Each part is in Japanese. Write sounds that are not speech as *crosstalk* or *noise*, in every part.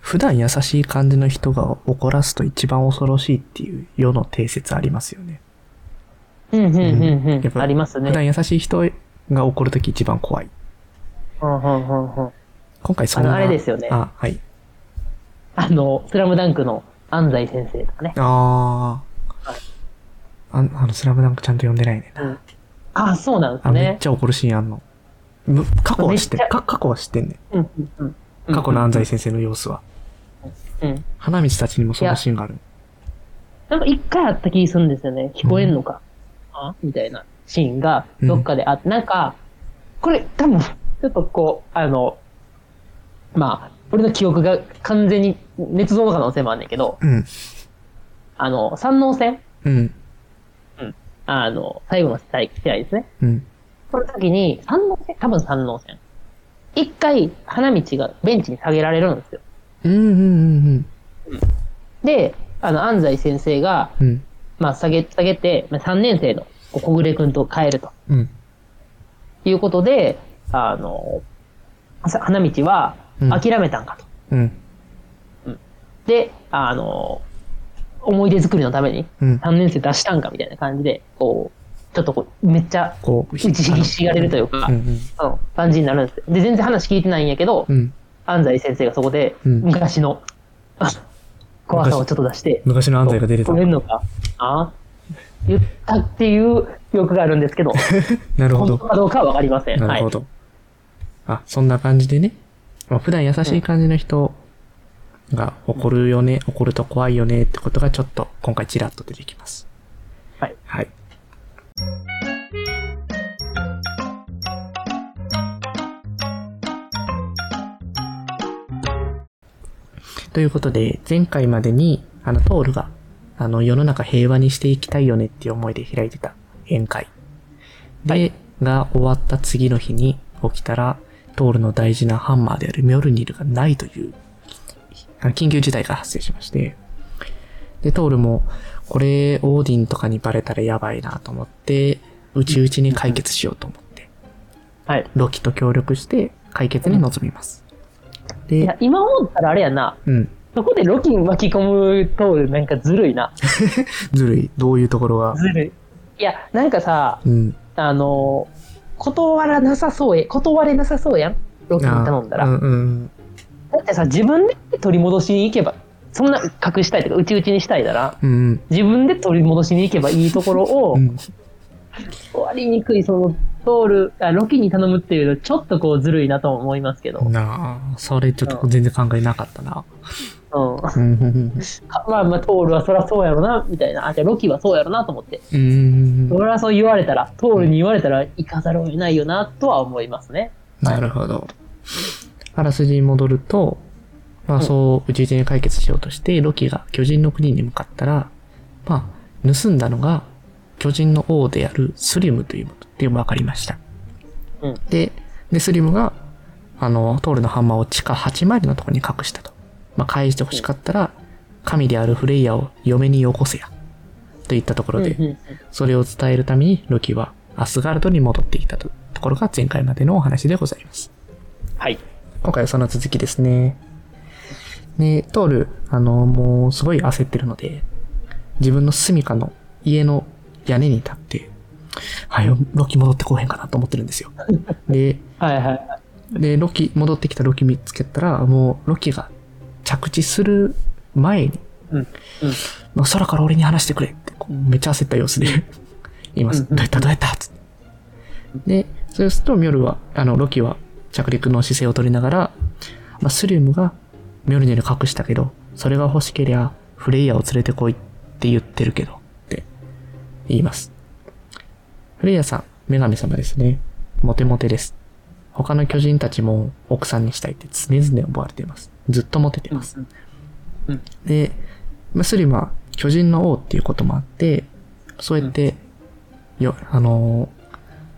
普段優しい感じの人が怒らすと一番恐ろしいっていう世の定説ありますよね。うんうんうんやっうん。ぱあります普ね。段優しい人が怒るとき一番怖い。うんうんうんうん。今回そんな。あのあれですよねあ、はい。あの、スラムダンクの安西先生とかね。あはいあ。ああの、スラムダンクちゃんと読んでないねんな。うんああ、そうなんであすのめっね。ちゃ怒るシーンあんの。む過去は知ってめんっちか過去は知ってんねん。うんうんうんうん過去の安西先生の様子は。うん。花道たちにもそんなシーンがある。なんか一回あった気するんですよね。聞こえんのか、あみたいなシーンがどっかであって、なんか、これ多分、ちょっとこう、あの、まあ、俺の記憶が完全に捏造の可能性もあんねんけど、うん。あの、山王戦うん。あの、最後の試合ですね。うん。その時に、山王戦多分山王戦。一回、花道がベンチに下げられるんですよ。うんうんうんで、あの、安西先生が、うん。うん。まあ、下げ、下げて、まあ、3年生のこう小暮くんと帰るとうん。いうことで、あの、さ花道はうん諦めたんかと。うん。で、あの、思い出作りのためにうん。 3年生出したんかみたいな感じで、こう、ちょっとこう、めっちゃこう、打ちひしがれるというか、うんうん。その感じになるんですよ。で、全然話聞いてないんやけど、うん。安西先生がそこで、うん昔の、 *laughs* あ怖さをちょっと出して、昔の安西が出てた取。れんのかあ言ったっていう記憶があるんですけど、 *laughs* なるほ本当ど。かどうかはわかりません。なはるいほ。ど。あ、そんな感じでね。まあ、普段優しい感じの人が怒るよね、怒ると怖いよねってことがちょっと今回ちらっと出てきます。はい。はい。ということで、前回までに、あの、トールが、あの、世の中平和にしていきたいよねっていう思いで開いてた宴会。で、が終わった次の日に起きたら、トールの大事なハンマーであるミョルニルがないという、あの緊急事態が発生しまして、で、トールも、これ、オーディンとかにバレたらやばいなと思って、うちうちに解決しようと思って、はい。ロキと協力して解決に臨みます。いやで、、今思ったらあれやな、うん、そこでロキに巻き込むと、なんかずるいな。ずるい。どういうところが。ずるい。いや、なんかさ、うん。あの、断らなさそうや、断れなさそうやん。ロキに頼んだら。あうんうん。だってさ、自分で取り戻しに行けば、そんな隠したいとか、うちうちにしたいなら、うんうん。自分で取り戻しに行けばいいところを、うん終わりにくい、その、トール、あロキに頼むっていうの、ちょっとこうずるいなと思いますけど。うん。なあ、それちょっと全然考えなかったな。うんうんうんかまあまあ、トールはそらそうやろな、みたいな。あ、じゃあロキはそうやろなと思って。うんうんうん。俺はそう言われたら、トールに言われたら行かざるを得ないよな、とは思いますね。なるほど。あらすじに戻ると、まあそう、宇宙人に解決しようとして、ロキが巨人の国に向かったら、まあ、盗んだのが、巨人の王であるスリムというものっていうのが分かりました。うんで、で、スリムが、あの、トールのハンマーを地下8マイルのところに隠したと。まあ、返して欲しかったら、神であるフレイヤを嫁によこせや。といったところで、うんうんそれを伝えるためにロキはアスガルドに戻ってきたとところが前回までのお話でございます。はい。今回はその続きですね。で、トール、あの、もうすごい焦ってるので、自分の住処の家の屋根に立って、はい、ロキ戻ってこうへんかなと思ってるんですよ。で、はいはい。で、ロキ、戻ってきたロキ見つけたら、もうロキが着地する前に、うんうんまあ空から俺に話してくれって、こうめっちゃ焦った様子で言います。うんうどんうやったどうやったっつって。で、そうするとミョルは、あの、ロキは着陸の姿勢を取りながら、まあ、スリウムがミョルネル隠したけど、それが欲しけりゃフレイヤを連れてこいって言ってるけど、って言います。フレイヤさん、女神様ですね。モテモテです。他の巨人たちも奥さんにしたいって常々思われています。ずっとモテてます。で、まあスリムは巨人の王っていうこともあって、そうやって、よ、あの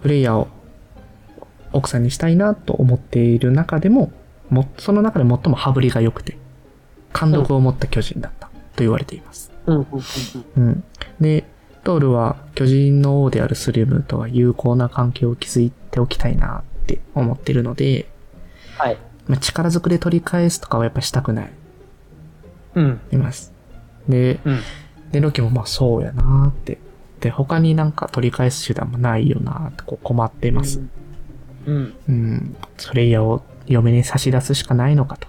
ー、フレイヤーを奥さんにしたいなと思っている中でも、も、その中で最も羽振りが良くて、貫禄を持った巨人だったと言われています。うんうんうんうん。で、トールは巨人の王であるスリムとは友好な関係を築いておきたいなって思ってるので、はい。まあ、力ずくで取り返すとかはやっぱしたくない。うん。います。で、うん。で、ロキもまあそうやなーって。で、他になんか取り返す手段もないよなーってこう困っています。うん。うん。それやを嫁に差し出すしかないのかと。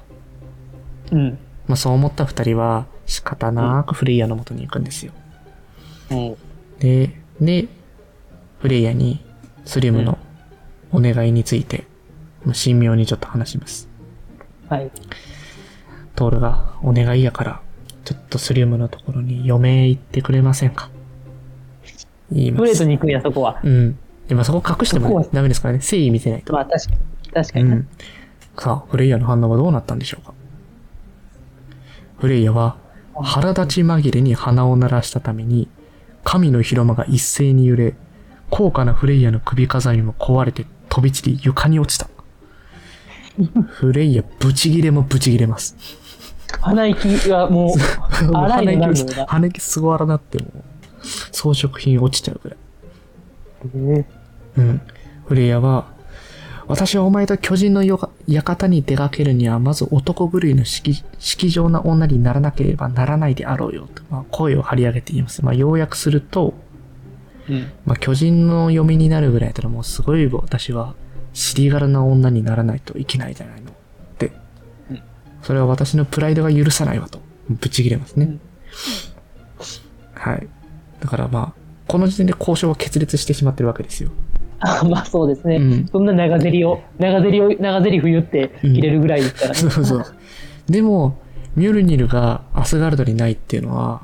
うん。まあそう思った二人は仕方なくフレイヤの元に行くんですよ。うん。で、で、フレイヤにスリムのお願いについて、まあ神妙にちょっと話します。はい。トールがお願いやから、ちょっとスリムのところに嫁へ行ってくれませんか言います。グレートに行くんや、そこは。うん。でもそこ隠してもねそこはダメですからね。誠意見せないと。まあ、確かに。確かうに。ん。さあ、フレイヤの反応はどうなったんでしょうかフレイヤは腹立ち紛れに鼻を鳴らしたために、神の広間が一斉に揺れ、高価なフレイヤの首飾りも壊れて飛び散り床に落ちた。フレイヤ、ブチギレもブチギレます。鼻息がもう、荒いのになるのが。 *laughs* 鼻息すご荒なってもう、装飾品落ちちゃうぐらい。ねうん。フレイヤは、私はお前と巨人のよか館に出かけるには、まず男狂いの式式場な女にならなければならないであろうよと、まあ、声を張り上げて言います。まあ、要約すると、うん。まあ、巨人の嫁になるぐらいだったらもうすごい私は尻柄な女にならないといけないじゃないのってうんそれは私のプライドが許さないわとぶち切れますね、うんはいだからまあこの時点で交渉は決裂してしまってるわけですよ、あ *laughs* まあ、そうですね。うんそんな長ゼリを、長ゼリを、長ゼリフ言って切れるぐらいですからね。 *laughs* そうそうでもミュルニルがアスガルドにないっていうのは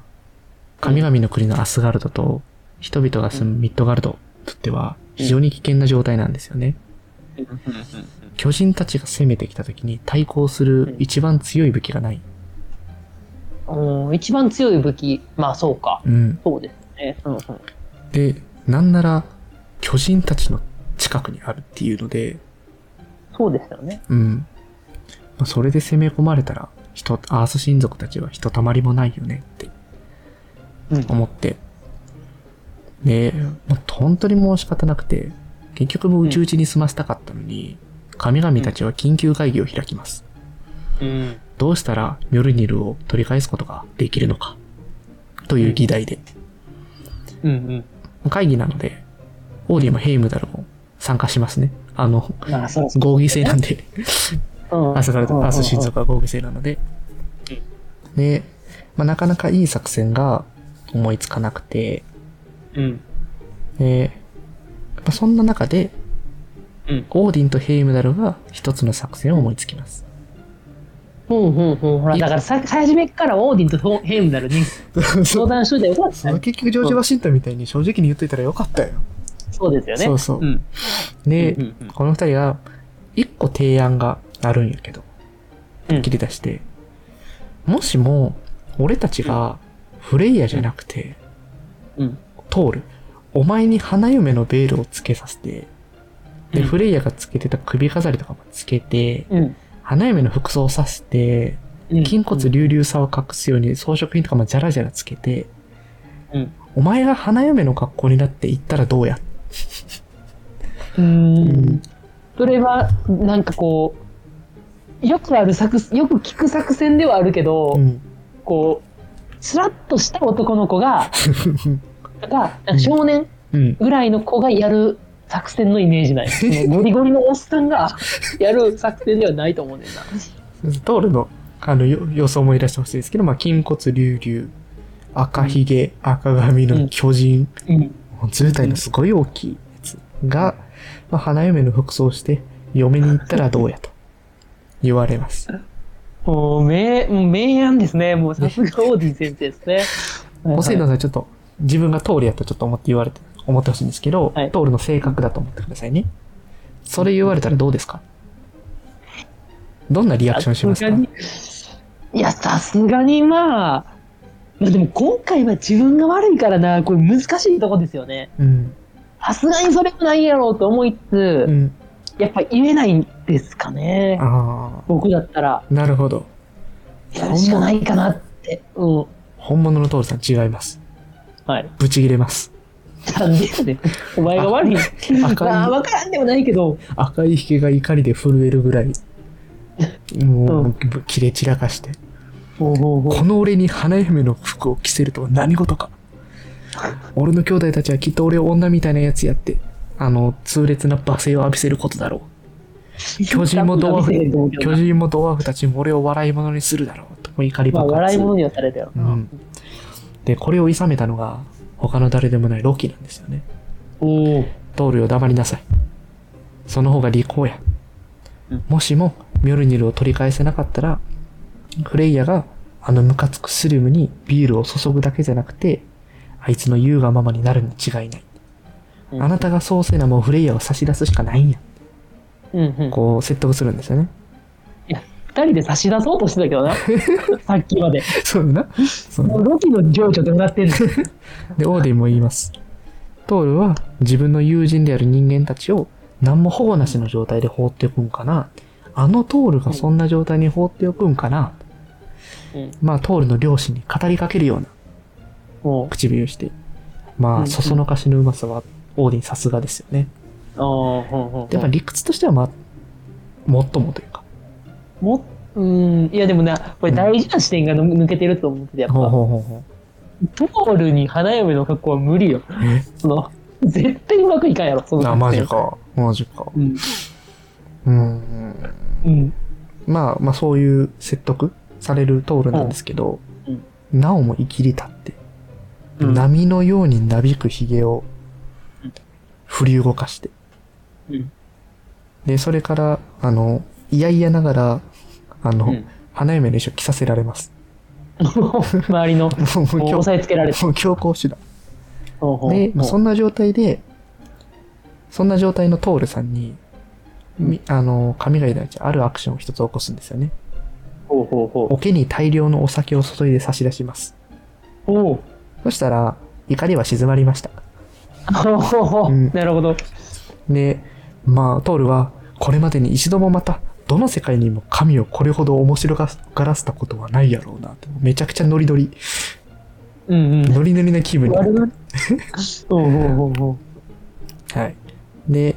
神々の国のアスガルドと人々が住むミッドガルドにとっては非常に危険な状態なんですよね、巨人たちが攻めてきた時に対抗する一番強い武器がない。うん、一番強い武器、まあそうか。うん。そうですね。うんうん、で、なんなら巨人たちの近くにあるっていうので、そうですよね。うん。まあそれで攻め込まれたら、人、アース親族たちはひとたまりもないよねってうん。思って。で、もう本当にもう仕方なくて、結局もう宇宙ちに済ませたかったのに、神々たちは緊急会議を開きます。うん。どうしたらミョルニルを取り返すことができるのかという議題で。うん会議なので、オーディもヘイムダルも参加しますね。あの、うん。まあそうそう。合議制なんで、うんアスガルド、アース親うん族は合議制なので。で、まあ、なかなかいい作戦が思いつかなくて、うん。で、まあ、そんな中で、うん。オーディンとヘイムダルが一つの作戦を思いつき *laughs* ます。うんうんうん。ほら、だからさ、最初めっからオーディンとトヘイムダルに相談しといたらよかったね。結局、ジョージ・ワシントンみたいに正直に言っといたらよかったよ。そうですよね。そうそううん。でうんうんうん、この二人が、一個提案があるんやけど、うん切り出して、もしも、俺たちが、フレイヤじゃなくて、うん。トール、お前に花嫁のベールをつけさせて、で、うんフレイヤがつけてた首飾りとかもつけて、うん。花嫁の服装をさせて、うん筋骨隆々さを隠すように装飾品とかもじゃらじゃらつけて、うん。お前が花嫁の格好になって行ったらどうやうん。うんそれは、なんかこう、よくある作戦、よく聞く作戦ではあるけど、うん。こう、スラッとした男の *laughs* 子が、がん少年うん。ぐらいの子がやる作戦のイメージない。*laughs* そのゴリゴリのおっさんがやる作戦ではないと思うねんな。トールのあのよ予想もいらしてほしいですけど、まあ、筋骨隆々、赤ひげ、赤髪の巨人、うん。図体のすごい大きいやつが、まあ、花嫁の服装をして、嫁に行ったらどうやと言われます。もう名、もう名案ですね。もうさすがオーディ先生です *laughs* ね。ポセイドンはさん、いちょっと自分がトールやとちょっと思って言われて、思ってほしいんですけど、はいトールの性格だと思ってくださいね。それ言われたらどうですかどんなリアクションしますかさすがにいや、さすがにまあ、まあでも今回は自分が悪いからな、これ難しいとこですよね。うん。さすがにそれもないやろうと思いつつ、うん。やっぱ言えないんですかね。あ僕だったあ、ら、なるほど。やるしかないかなって。うん。本物のトールさん違います。はい。ブチギレます。なんでや *laughs* ねんお前が悪い。赤いま *laughs* あ、わからんでもないけど、赤いひげが怒りで震えるぐらい、もう、切れ散らかして、ほうほうほうこの俺に花嫁の服を着せるとは何事か。俺の兄弟たちはきっと俺を女みたいなやつやって、あの、痛烈な罵声を浴びせることだろう。巨人もドワーフ、巨人もドワーフたちも俺を笑い物にするだろう。とも怒りまあ、爆笑い発。物にはされたような。ん。で、これを諌めたのが、他の誰でもないロキなんですよね。おお。ドールよ黙りなさい。その方が利口やうん。もしも、ミョルニルを取り返せなかったら、フレイヤが、あのムカつくスリムにビールを注ぐだけじゃなくて、あいつの優雅ママになるに違いない。うんあなたがそうせなもうフレイヤを差し出すしかないんや。うんうん。こう、説得するんですよね。 *laughs* いや、二人で差し出そうとしてたけどな。さっきまで。そう *laughs* だな。そうもうロキの情緒どうなって *laughs* んので、オーディンも言います。トールは自分の友人である人間たちを何も保護なしの状態で放っておくんかな。あのトールがそんな状態に放っておくんかな。うんまあ、トールの両親に語りかけるようなも唇をして。まうんあ、そそのかしのうまさは、オーディンさすがですよね。う、ああ、ほんほんやっほぱん。理屈としては、まあ、もっともというか。も、うーん、いやでもな、これ大事な視点が抜けてると思ってて、やっほうぱ、ほうほうほトールに花嫁の格好は無理よ。う。えその、絶対うまくいかんやろ、そのあ、作戦マジ。か。マジか。うん。うん。うん。まあ、まあ、そういう説得されるトールなんですけど、うんなおも生きり立って、うん波のようになびくひげをうん振り動かして、うんで、それから、あの、いやいやながら、あの、うん花嫁の衣装着させられ *laughs* ます。周りの、 *laughs* もうもう強押さえつけられて。もう強行手段。ほうほうで、まあほ。そうんな状態で、そんな状態のトールさんに、みあの、神が抱いちゃうあるアクションを一つ起こすんですよね。ほうほうほ桶に大量のお酒を注いで差し出します。う。おうそしたら、怒りは静まりました。ほうほうほう。うんなるほど。で、まあ、トールは、これまでに一度もまた、どの世界にも神をこれほど面白がらせたことはないやろうなって、めちゃくちゃノリノリ、うんうん。ノリノリな気分に。悪 *laughs* い。ほうほうほうほはい。で、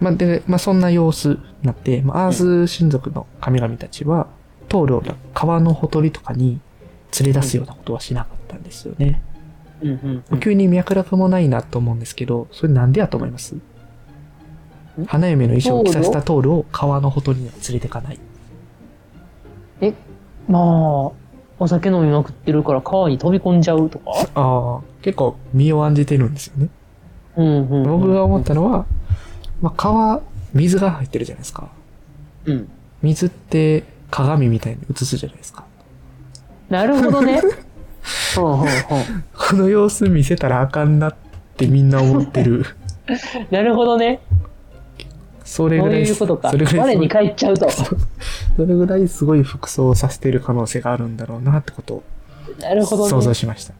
まあ、で、まあ、そんな様子になって、まあ、アース親族の神々たちは、トールを川のほとりとかに連れ出すようなことはしなかったんですよね。う。うんうんうん。急に脈絡もないなと思うんですけど、それなんでやと思います花嫁の衣装を着させたトールを川のほとりには連れてかない。まあ、お酒飲みまくってるから川に飛び込んじゃうとか。ああ、結構身を案じてるんですよね。うんうんうん。僕が思ったのは、まあ、川、水が入ってるじゃないですか。うん。水って鏡みたいに映すじゃないですか。なるほど *laughs* ね。ほうほうほう。この様子見せたらあかんなってみんな思って *laughs* る。なるほどね。それそぐうらい、いうことか。それぐら我いにそ返っちゃうと。れぐらいすごい服装をさせてる可能性があるんだろうなってことなるほをどね。想像しました。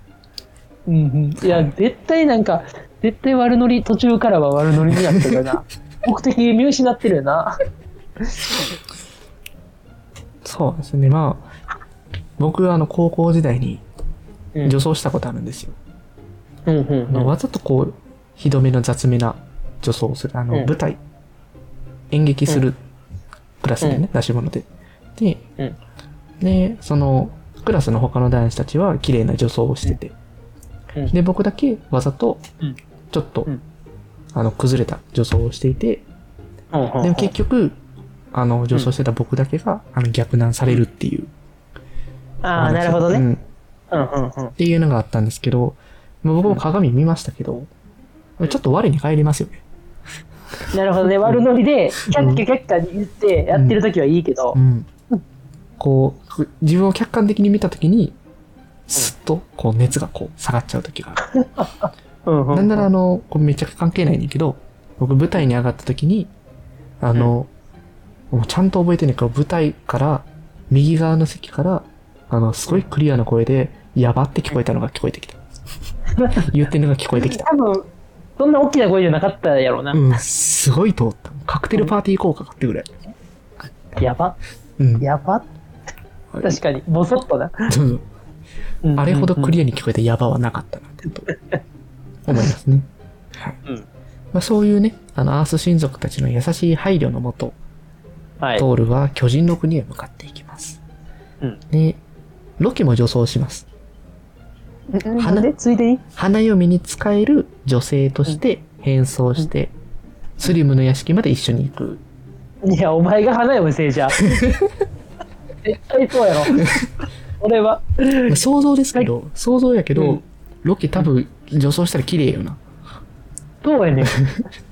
うんうん、いや、絶対なんか、絶対悪ノリ、途中からは悪ノリになってる *laughs* よな。目的見失ってるよな。そうですね。まあ、僕はあの高校時代にうん女装したことあるんですよ。うんうんあのうんわざとこう、ひどめの雑めな女装をする。あの、うん舞台、演劇すうるクラスでうね、出し物で。で、うんで、その、クラスの他の男子たちは綺麗な女装をしてて、うんで、僕だけわざとうん、ちょっと、うんあの、崩れた女装をしていて、うんうんうんでも結局、あの、女装してた僕だけが、あの、逆難されるっていう。ああ、なるほどうね。んっうんうんうん。ていうのがあったんですけど、まあ僕も鏡見ましたけど、うんちょっと我に返りますよね。なるほどね。悪ノリで、キャッキャキャッキャ言ってやってる時はいいけどう、ん、こうふ自分を客観的に見た時にすっとこう熱がこう下がっちゃう時がある、うんうんなんならあのこれめちゃくちゃ関係ないねんだけど僕舞台に上がった時にあの、もうちゃんと覚えてんねんけど舞台から右側の席からあのすごいクリアな声で「やば」って聞こえたのが聞こえて *laughs* きた言ってるのが聞こえてきた多分、そんな大きな声じゃなかったやろうな。うんすごい通ったカクテルパーティー効果かってぐらい、やば、うん、やば。確かに、ぼそっとな。そうそううんうんうんあれほどクリアに聞こえたヤバはなかったなってこと思いますね。はいうんまあ、そういうね、あの、アース親族たちの優しい配慮のもと、はい。トールは巨人の国へ向かっていきます。うんで、ロキも女装します。ん花なんでついでに花嫁に仕える女性として変装して、スリムの屋敷まで一緒に行く。いや、お前が花嫁せい *laughs* じゃん。絶対そうやろ。俺は。まあ想像ですけど、想像やけど、うんロキ多分女装したら綺麗よな。そうやねん。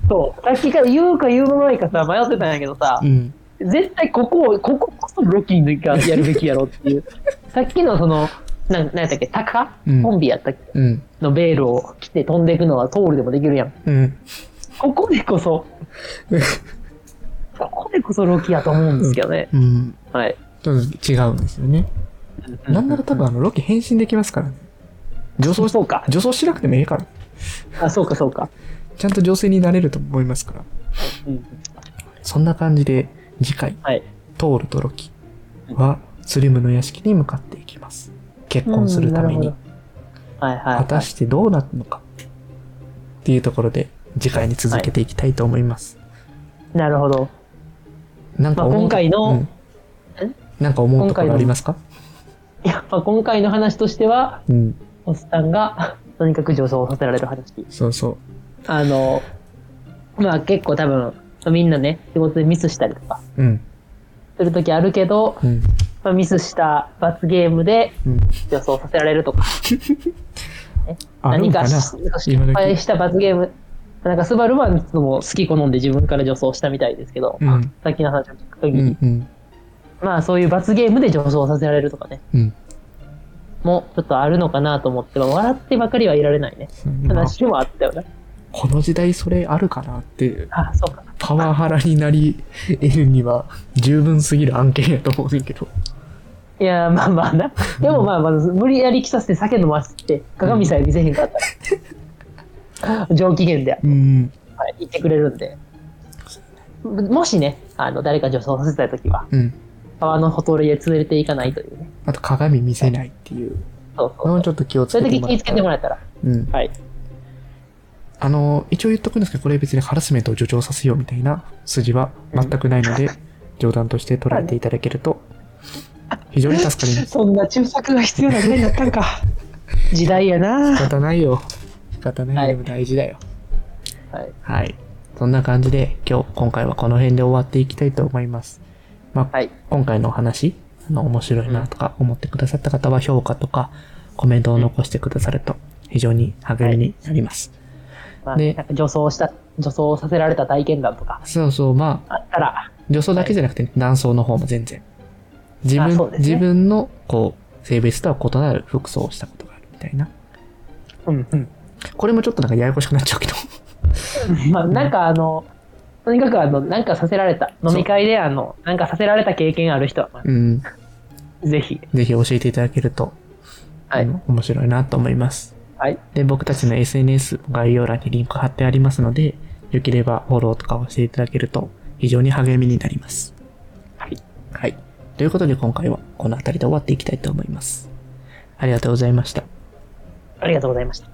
そう。さっきから言うか言うまいかさ、迷ってたんやけどさう、ん。絶対ここを、こここそロキがやるべきやろっ *laughs* ていう。さっきのその、なん、なんやったっけ、タカ、うんコンビやったっけうん。のベールを着て飛んでいくのはトールでもできるやん。うん。ここで *laughs* こそ、ここでこそロキやと思うんですけどね。うん。はい。ちょっと違うんですよね。なんなら多分あの、ロキ変身できますからね。女装しそうか女装しなくてもええから。あ、そうかそうか。ちゃんと女性になれると思いますから。うん。そんな感じで、次回、はい。トールとロキは、スリムの屋敷に向かっていきます。結婚するためうんなにる。はいはい、はい。果たしてどうなったのかっていうところで次回に続けていきたいと思います。なるほど。なんか思うまあ今回のうんんなんか思うところありますか？いや、まあ、今回の話としては、うん、おっさんが、とにかく女装させられる話。そうそあの、まあ結構多分、みんなね、仕事でミスしたりとか、う。うん、するときあるけど、うん、まあ、ミスした罰ゲームでうん。女装させられるとか、あるん何かかなし今失の敗した罰ゲーム、なんかスバルはも好き好んで自分から女装したみたいですけど、うんさっきの話を聞くときうに、んうんまあそういう罰ゲームで女装させられるとかね、うん。もうちょっとあるのかなと思って、まあ笑ってばかりはいられないね。まあ話もあったよね。この時代それあるかなってあ、そうか。パワハラになり得るには十分すぎる案件やと思うねんけど。いやー、まあまあな。でもまあまあ、無理やり来させて酒飲ませて、鏡さえ見せへんかったら、上機嫌で、うん。はい、言ってくれるんで。もしね、あの、誰か女装させたいときは、うん。川のほとりへ連れていかないというね。あと鏡見せないっていうそうそうのそをう。ちょっと気をつそけれてもだけ気らをっつたけてら。もらえたら。うん。はい。あの、一応言っとくんですけど、これ別にハラスメントを助長させようみたいな筋は全くないので、冗談として捉えていただけると、非常に助かります。そんな注釈が必要な時代になったんか。時代や仕な方ないよ。仕方ないよ。でも大事だよ。はい。はい。そんな感じで、今日、今回はこの辺で終わっていきたいと思います。まあ、はい。今回のお話、あの、面白いなとか思ってくださった方は評価とかコメントを残してくださると、非常に励みになります。まあ、でなんか女装した、女装させられた体験談とかそうそう、まあ、あったら、女装だけじゃなくて、男装の方も全然。自あ分、そうですね自分の、こう、性別とは異なる服装をしたことがあるみたいな。うんうん。これもちょっとなんかややこしくなっちゃうけど。まあ、なんかあの、とにかくあの、なんかさせられた、飲み会であの、なんかさせられた経験ある人は、まあうん。ぜひ。ぜひ教えていただけると、はいあの面白いなと思います。はい。で、僕たちの SNS 概要欄にリンク貼ってありますので、よければフォローとかをしていただけると、非常に励みになります。はい。はい。ということで今回はこの辺りで終わっていきたいと思います。ありがとうございました。ありがとうございました。